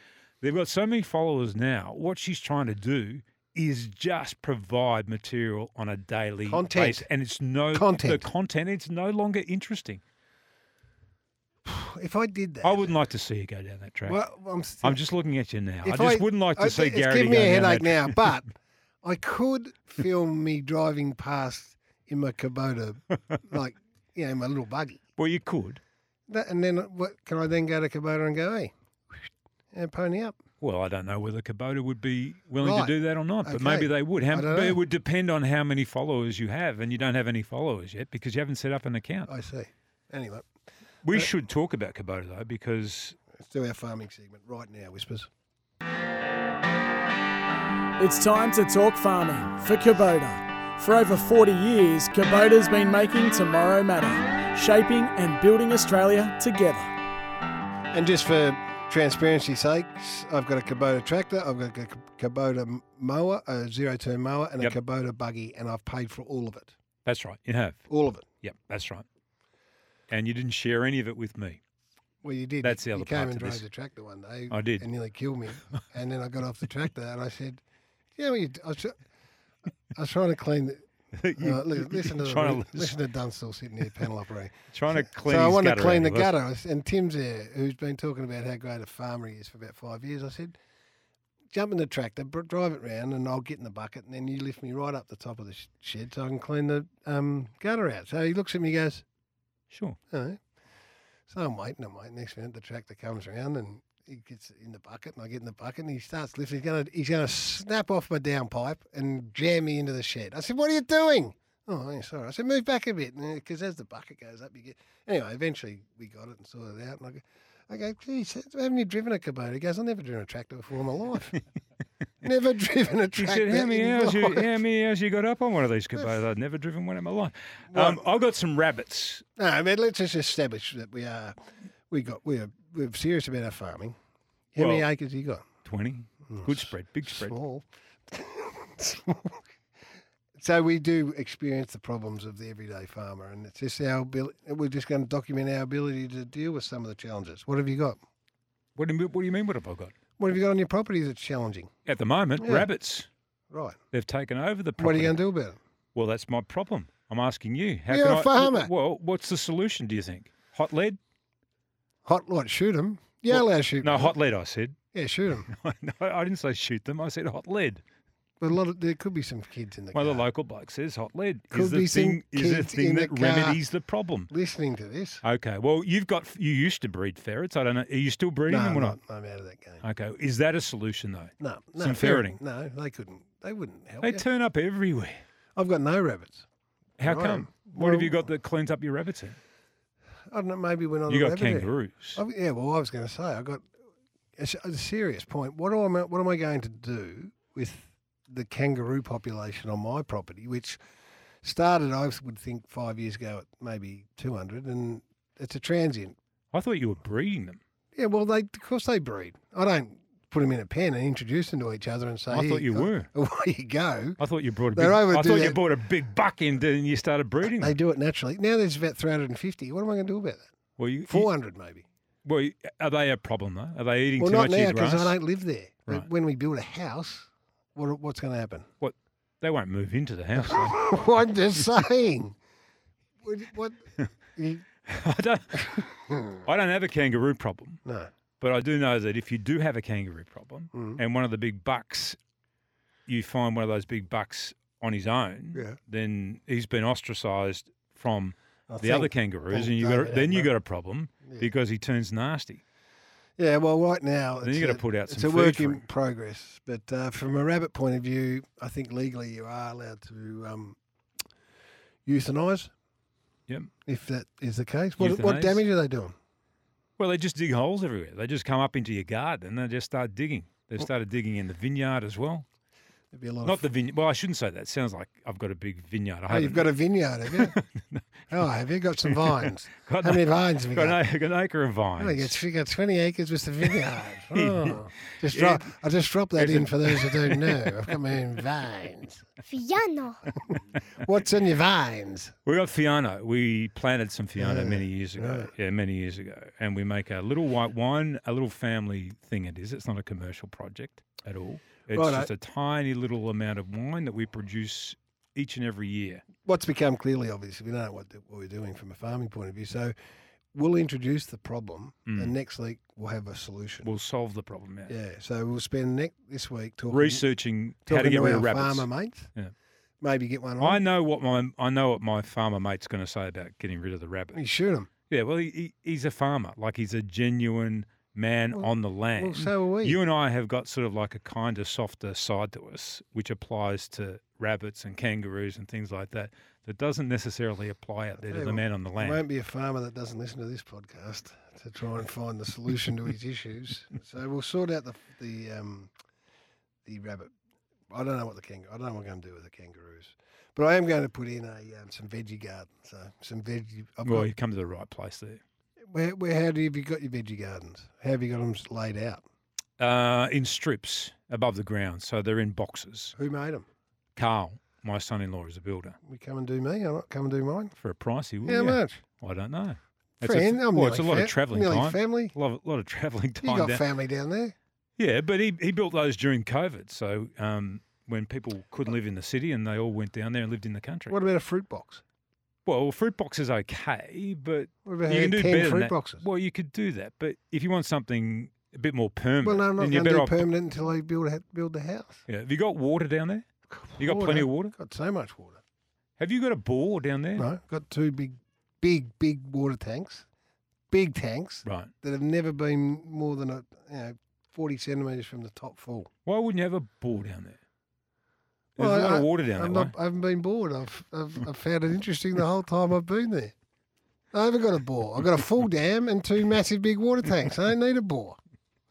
they've got so many followers now. What she's trying to do is just provide material on a daily
Content.
basis. And it's no the
Content.
content, it's no longer interesting.
If I did that,
I wouldn't like to see you go down that track.
Well, I'm, still,
I'm just looking at you now. I
if
just wouldn't like to
I-
see
it's
Gary
giving me a
going down
headache
that
now,
track. *laughs*
but I could film me driving past in my Kubota, like you know, my little buggy.
Well, you could.
That, and then what? Can I then go to Kubota and go, hey, and pony up?
Well, I don't know whether Kubota would be willing
Right.
to do that or not, but
Okay.
maybe they would. How,
I don't
but
know.
it would depend on how many followers you have, and you don't have any followers yet because you haven't set up an account.
I see. Anyway,
We should talk about Kubota though, because
let's do our farming segment right now, Whispers.
It's time to talk farming for Kubota. For over 40 years, Kubota's been making tomorrow matter, shaping and building Australia together.
And just for transparency's sake, I've got a Kubota tractor, I've got a Kubota mower, a zero turn mower, and
Yep.
a Kubota buggy, and I've paid for all of it.
that's right, you have.
All of it.
Yep, that's right. And you didn't share any of it with me.
Well, you did.
That's the
you,
other
You came
part
and
to
drove
this.
the tractor one day.
I did.
And nearly killed
*laughs*
me. and then I got off the tractor and I said, "Yeah, well, you, d- I, was, tr- I was trying to clean the."
You-
uh, li- listen, to
you're
the,
*laughs* trying
re-
to
listen to Dunstall sitting here panel operating.
Trying to clean.
so I
his
want to
gutter
clean
out,
the
he was.
gutter, I s- and Tim's there, who's been talking about how great a farmer he is for about five years. I said, "Jump in the tractor, br- drive it round, and I'll get in the bucket, and then you lift me right up the top of the sh- shed so I can clean the um, gutter out." So he looks at me, and goes,
Sure.
"Oh." So I'm waiting, I'm waiting. Next minute, the tractor comes around, and he gets in the bucket, and I get in the bucket, and he starts lifting. He's gonna he's gonna snap off my downpipe and jam me into the shed. I said, "What are you doing?" Oh, yeah, sorry. I said, "Move back a bit," because as the bucket goes up, you get. Anyway, eventually we got it and sorted it out, and I go. I go, geez, haven't you driven a Kubota? He goes, I've never driven a tractor before in my
*laughs*
life. never driven a
He
tractor.
said, "How many
in
hours? You,
my
how
life."
many hours you got up on one
*laughs*
of these Kubotas? I'd never driven one in my life. Um, I've got some rabbits.
No, I mean, let's just establish that we are, we got, we are, we're serious about our farming. How many
Well-
acres you got?
Twenty. Good spread. Big spread.
Small. Small. *laughs* so we do experience the problems of the everyday farmer, and it's just our ability. We're just going to document our ability to deal with some of the challenges. What have you got?
What do you, what do you mean? What have I got?
What have you got on your property that's challenging?
At the moment,
Yeah.
rabbits.
Right.
They've taken over the property.
What are you going to do about it?
Well, that's my problem. I'm asking you. How
You're
can
a
I-
farmer.
Well, what's the solution? Do you think hot lead?
Hot light, shoot them. Yeah,
Well,
allowed to shoot.
No,
'em.
hot lead. I said. *laughs*
Yeah, shoot them.
no, I didn't say shoot them. I said hot lead.
But a lot of there could be some kids in the
One of
car
the local blokes says hot lead
Could
is the
be some
thing is the
kids
thing
in the
that
car.
remedies the problem.
listening to this.
Okay. Well, you've got you used to breed ferrets. I don't know. Are you still breeding
No,
them
I'm
or
not. I'm out of that game.
Okay. Is that a solution though?
No, no.
Some
fair-
ferreting.
No, they couldn't. They wouldn't help.
They
you.
turn up everywhere.
I've got no rabbits.
How
Right.
come? What have you got that cleans up your rabbits? In?
I don't know. Maybe when I
You got
rabbit area.
kangaroos.
I've- yeah. Well, I was going to say I got a, s- a serious point. What am I? What am I going to do with the kangaroo population on my property, which started I would think five years ago at maybe two hundred, and it's a transient.
I thought you were breeding them.
Yeah. Well, they of course they breed. I don't put them in a pen and introduce them to each other and say.
I
"Here
thought you
go-
were.
*laughs* Away you go.
I thought you brought a big.
They're over
I
do
thought you
that.
brought a big buck in and you started breeding
They
them.
do it naturally. Now there's about 350. What am I going to do about that?
Well, you, you
400 maybe.
well, you- are they a problem though? Are they eating
Well,
too
not
much of
now
your
because I
grass?
don't live there. But
Right.
when we build a house, what, what's going to
*laughs*
happen?
What? They won't move into the house. *laughs* though.
I'm just saying. What?
*laughs*
what you,
I
*laughs*
don't. I don't have a kangaroo problem,
no.
but I do know that if you do have a kangaroo problem
Mm-hmm.
and one of the big bucks, you find one of those big bucks on his own,
Yeah.
then he's been ostracised from
I
the other
think- thank
kangaroos, and you got
David
a, then you
Attenborough.
got a problem because he turns nasty.
Yeah, well, right now.
Then you
it's
gotta
a-
put out
It's
some
a work
food for
in
him.
progress. But uh, from a rabbit point of view, I think legally you are allowed to um, euthanise
Yep.
if that is the case. What, what
Euthanise?
damage are they doing?
Well, they just dig holes everywhere. They just come up into your garden and they just start digging. They've started digging in the vineyard as well.
There'd be a lot of
Not the vineyard. Well, I shouldn't say that. Sounds like I've got a big vineyard. I
Oh, you've
haven't.
got a vineyard, have you?
*laughs*
Oh, have you got some vines?
Got
How
no-
many vines have you
got,
got?
an ac- an acre of
Oh, you
vines.
got, you got 20 acres with the
*laughs*
vineyard. Oh. just
Yeah.
drop, I'll just drop that in for those who don't know. I've got my own vines.
Fiano.
What's in your vines?
We got Fiano. We planted some Fiano many years ago. Yeah, many years ago. And we make a little white wine, a little family thing it is. It's not a commercial project at all. It's
Righto.
just a tiny little amount of wine that we produce each and every year.
What's become clearly obvious, we know what, what we're doing from a farming point of view. So we'll introduce the problem, and next week we'll have a solution.
Mm. Hmm. We'll solve the problem out.
yeah, so we'll spend next, this week talking,
Researching
talking
how to get
to
rid
our
of rabbits.
farmer mates.
Yeah.
Maybe get one
I
on.
know what my I know what my farmer mate's going to say about getting rid of the
You
rabbit.
shoot them.
Yeah, well, he, he, he's a farmer, like he's a genuine man on the land.
so are we.
You and I have got sort of like a kinder, softer side to us, which applies to rabbits and kangaroos and things like that. That doesn't necessarily apply out there to
Hey,
the
well,
man on the
There
land.
won't be a farmer that doesn't listen to this podcast to try and find the solution to his
*laughs*
issues. So we'll sort out the the um, the rabbit. I don't know what the kangaroo. I don't know what I'm going to do with the kangaroos, but I am going to put in a um, some veggie garden. So some veggie. I've
Well,
got-
you come to the right place there.
where, where how do you, have you got your veggie gardens? How have you got them laid out?
Uh, in strips above the ground, so they're in boxes.
Who made them?
Carl, my son-in-law, is a builder.
We come and do me. I'll not come and do mine.
For a price, he will.
How
Mm, yeah.
much?
I don't know. It's
Friend,
a,
I'm
well, it's a
nearly
lot of
fa-
travelling
nearly
time.
family.
A lot, of- lot of *laughs* travelling
You
time.
got
down-
family down there.
yeah, but he, he built those during COVID. So um, when people couldn't live in the city and they all went down there and lived in the country.
What about a fruit box?
Well, fruit box is okay, but
What
you
about
can
having
do
ten
better than
fruit
that.
boxes?
Well, you could do that, but if you want something a bit more *laughs* permanent,
Well, no, I'm not
then you're
going
better
to be
off.
permanent until I build a, build the house.
Yeah. Have you got water down there? You got plenty of water?
Got so much water.
Have you got a bore down there?
No, got two big, big, big water tanks. big tanks
Right.
that have never been more than a you know, forty centimeters from the top full.
Why wouldn't you have a bore down there? There's a lot of water down
i
that way. Hmm.
I haven't been bored. I've, I've, I've found it interesting the whole time I've been there. I haven't got a bore. I've got a
*laughs*
full dam and two massive big water tanks. I don't need a bore.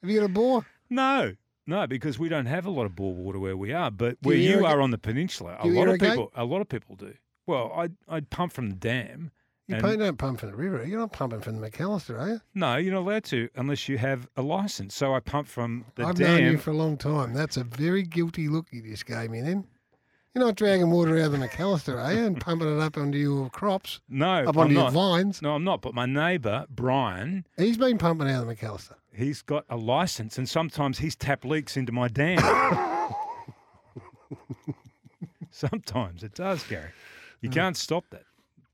Have you got a bore?
No, no, because we don't have a lot of bore water where we are, but
Do
where
you
you,
irrigate-
are on the peninsula, a
do you
lot
irrigate?
of people, a lot of people do. Well, I I pump from the dam.
You
and-
pay, don't pump from the river. You're not pumping from the McAllister, are you?
No, you're not allowed to unless you have a license. So I pump from the
I've
dam.
known you for a long time. That's a very guilty look you just gave me then. You're not dragging water out of the McAllister, are you? And pumping it up onto your crops,
no,
up
Uh, I'm
onto
not.
your vines.
No, I'm not. But my neighbour Brian,
He's been pumping out of the McAllister.
he's got a license, and sometimes his tap leaks into
*laughs*
my dam. sometimes it does, Gary. You
Mm.
can't stop that.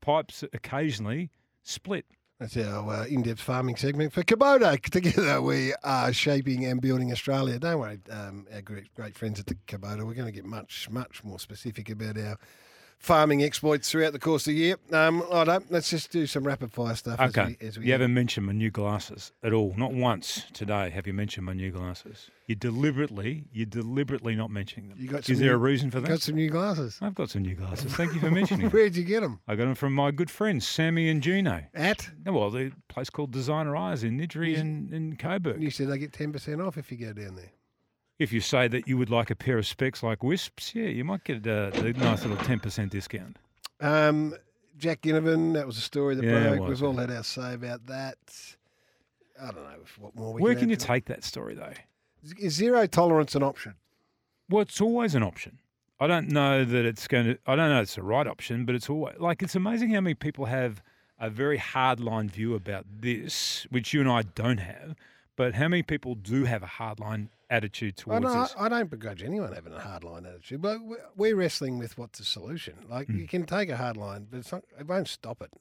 Pipes occasionally split.
That's our uh, in-depth farming segment for Kubota. *laughs* Together we are shaping and building Australia. Don't worry, um, our great, great friends at the Kubota. We're going to get much, much more specific about our farming exploits throughout the course of the year. Um, I don't. Let's just do some rapid fire stuff.
Okay.
As we, as we
you haven't mentioned my new glasses at all. Not once today have you mentioned my new glasses. You deliberately, you're deliberately not mentioning them.
You got
Is
some
there a
new-
reason for that?
got some new glasses.
I've got some new glasses. Thank you for
*laughs*
mentioning them.
Where'd you get them?
I got them from my good friends Sammy and Gino.
At
No, Well, the place called Designer Eyes in Nidri and in
and you
Coburg.
said they get ten percent off if you go down there.
If you say that you would like a pair of specs like Wisps, yeah, you might get a, a nice little ten percent discount.
Um, Jack Ginnivan, that was a story that
Yeah, it
broke.
was.
We've all had our say about that. I don't know if- what more we
Where
can, add
can you
to
take that story though?
that. Is zero tolerance an option?
Well, it's always an option. I don't know that it's going to. I don't know it's the right option, but it's always like it's amazing how many people have a very hardline view about this, which you and I don't have. But how many people do have a hardline attitude
I
towards
don't,
this?
I don't begrudge anyone having a hard line attitude, but we- we're wrestling with what's the solution. Like you can take a hard line, but it's not, it won't stop it.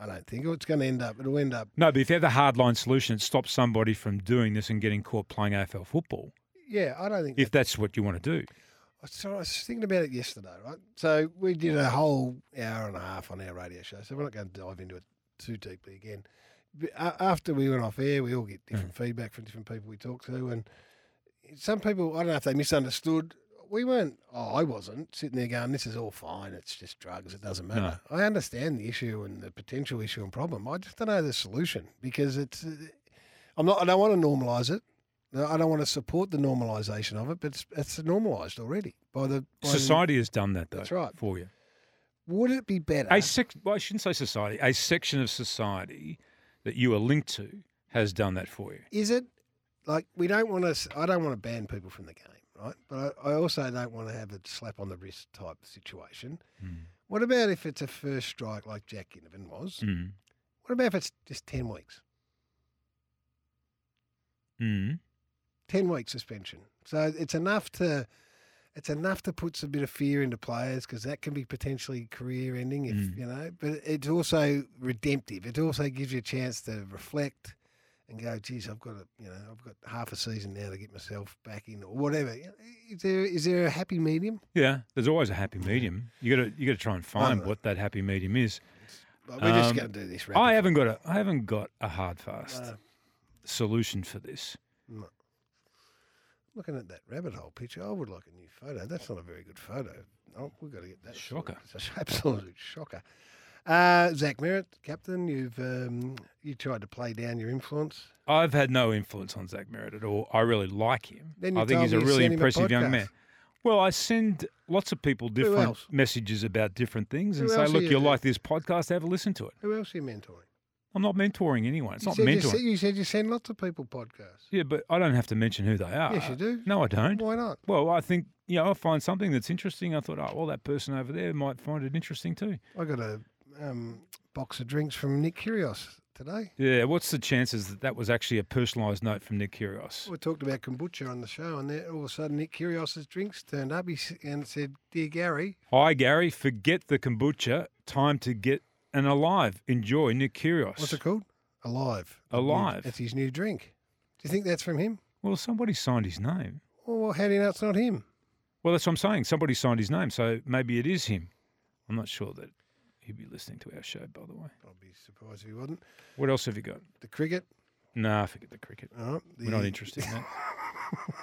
I don't think it's going to end up. It'll end up.
No, but if you have the hardline solution, it stops somebody from doing this and getting caught playing AFL football.
Yeah, I don't think.
If that's what you want to do,
I was- So I was thinking about it yesterday, right? So we did a whole hour and a half on our radio show, so we're not going to dive into it too deeply again. But a- after we went off air, we all get different feedback from different people we talk to, and some people, I don't know if they misunderstood. We weren't, oh, I wasn't sitting there going, this is all fine, it's just drugs, it doesn't matter. I understand the issue and the potential issue and problem. I just don't know the solution because it's, uh, I'm not, I don't want to normalise it. No, I don't want to support the normalisation of it, but it's, it's normalised already by the by the-
society has done that though.
That's right.
for you.
would it be better?
A sec- well, I shouldn't say society. A section of society that you are linked to has done that for you.
Is it like we don't want to? I don't want to ban people from the game, right? But I, I also don't want to have a slap on the wrist type situation. What about if it's a first strike like Jack Ginnivan was?
Mm.
What about if it's just ten weeks?
Mm.
10 week suspension. So it's enough to it's enough to put a bit of fear into players because that can be potentially career ending if
Mm.
you know, but it's also redemptive. It also gives you a chance to reflect and go, geez, I've got a, you know, I've got half a season now to get myself back in or whatever. You know, Is there is there a happy medium?
Yeah, there's always a happy medium. You got to you got to try and find
Um,
what that happy medium is.
But we're just
Um,
going to do this.
I
Right?
haven't got a I haven't got a hard fast solution for this.
looking at that rabbit hole picture, I would like a new photo. That's not a very good photo. Oh, we've got to get that.
Shocker.
sorted. It's an *laughs* absolute shocker. Uh, Zach Merritt, captain, you've um, you tried to play down your influence.
I've had no influence on Zach Merritt at all. I really like him.
Then you
I think
told
he's a
me you
really
sent him a
impressive young man.
podcast.
Well, I send lots of people different
else?
messages about different things and
Who
say,
else are
"Look,
you
you'll
doing?
like this podcast. Have a listen to it."
Who else are you mentoring?
I'm not mentoring anyone. It's
you
not
said you
mentoring.
said- You said you send lots of people podcasts.
yeah, but I don't have to mention who they are.
Yes, you do.
uh, No, I don't.
Why not?
Well, I think you know I find something that's interesting. I thought, oh, well, that person over there might find it interesting too.
I got a um, box of drinks from Nick Curios today.
Yeah, what's the chances that that was actually a personalised note from Nick Kyrgios?
We talked about kombucha on the show, and then all of a sudden Nick Curios's drinks turned up. He s- and said, "Dear Gary,
Hi, Gary. Forget the kombucha. Time to get an alive. Enjoy Nick Kyrgios.
What's it called? Alive.
Alive.
That's his new drink. Do you think that's from him?
Well, somebody signed his name.
Well, well, how do you know it's not him?
Well, that's what I'm saying. Somebody signed his name, so maybe it is him. I'm not sure that he he'd be listening to our show, by the way.
I'd be surprised if he wasn't.
What else have you got?
The cricket.
Nah, forget the cricket.
Oh, the,
We're not interested in that.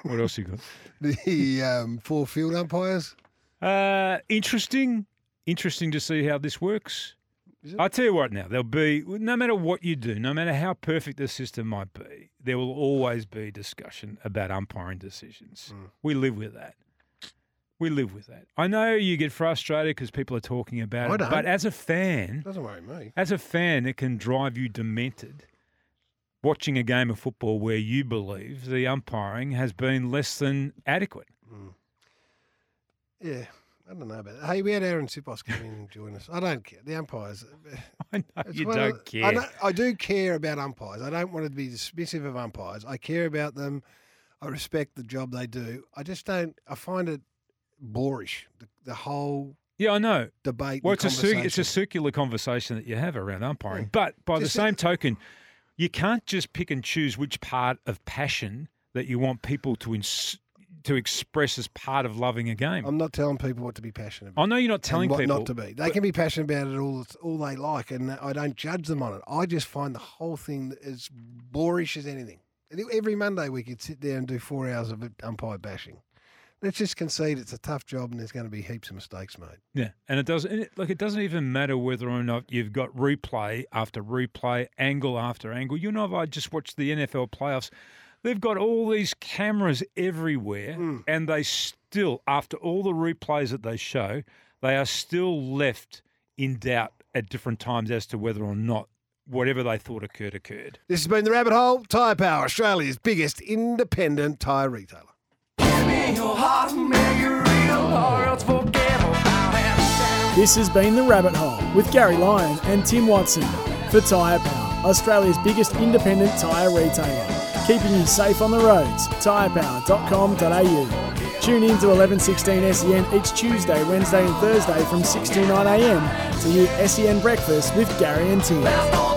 what else you got?
*laughs* The um, four field umpires.
Uh, interesting. Interesting to see how this works.
Is it?
I tell you what, now there'll be no matter what you do, no matter how perfect the system might be, there will always be discussion about umpiring decisions.
Hmm.
We live with that. We live with that. I know you get frustrated because people are talking about
I
it,
don't.
but as a fan,
Doesn't worry me.
as a fan, it can drive you demented watching a game of football where you believe the umpiring has been less than adequate. *laughs*
Hmm. Yeah, I don't know about it. Hey, we had Aaron Sipos come in and join us. I don't care. The umpires. uh,
I know
it's
you
one
don't
of the-
care.
I, don't- I do care about umpires. I don't want to be dismissive of umpires. I care about them. I respect the job they do. I just don't. I find it boorish. The, the whole
Yeah, I know.
debate.
Well,
and
it's a, cir- it's a
conversation.
circular conversation that you have around umpiring.
Yeah.
But by
Just-
the same token, you can't just pick and choose which part of passion that you want people to ins- to express as part of loving a game.
I'm not telling people what to be passionate about.
I know you're not telling
and what
people
not to be. They can be passionate about it all all they like, and I don't judge them on it. I just find the whole thing as boorish as anything. And e, Every Monday we could sit there and do four hours of umpire bashing. Let's just concede it's a tough job and there's going to be heaps of mistakes made.
Yeah, and it doesn't and it, like it doesn't even matter whether or not you've got replay after replay, angle after angle. You know, if I just watched the NFL playoffs, they've got all these cameras everywhere, and they still, after all the replays that they show, they are still left in doubt at different times as to whether or not whatever they thought occurred occurred.
This has been the Rabbit Hole Tyre Power, Australia's biggest independent tyre retailer.
This has been The Rabbit Hole with Gary Lyon and Tim Watson for Tyre Power, Australia's biggest independent tyre retailer. Keeping you safe on the roads, tyrepower.com.au. Tune in to 11.16 SEN E each Tuesday, E Wednesday and Thursday from 6 till 9am to hear SEN Breakfast with Gary and Tim.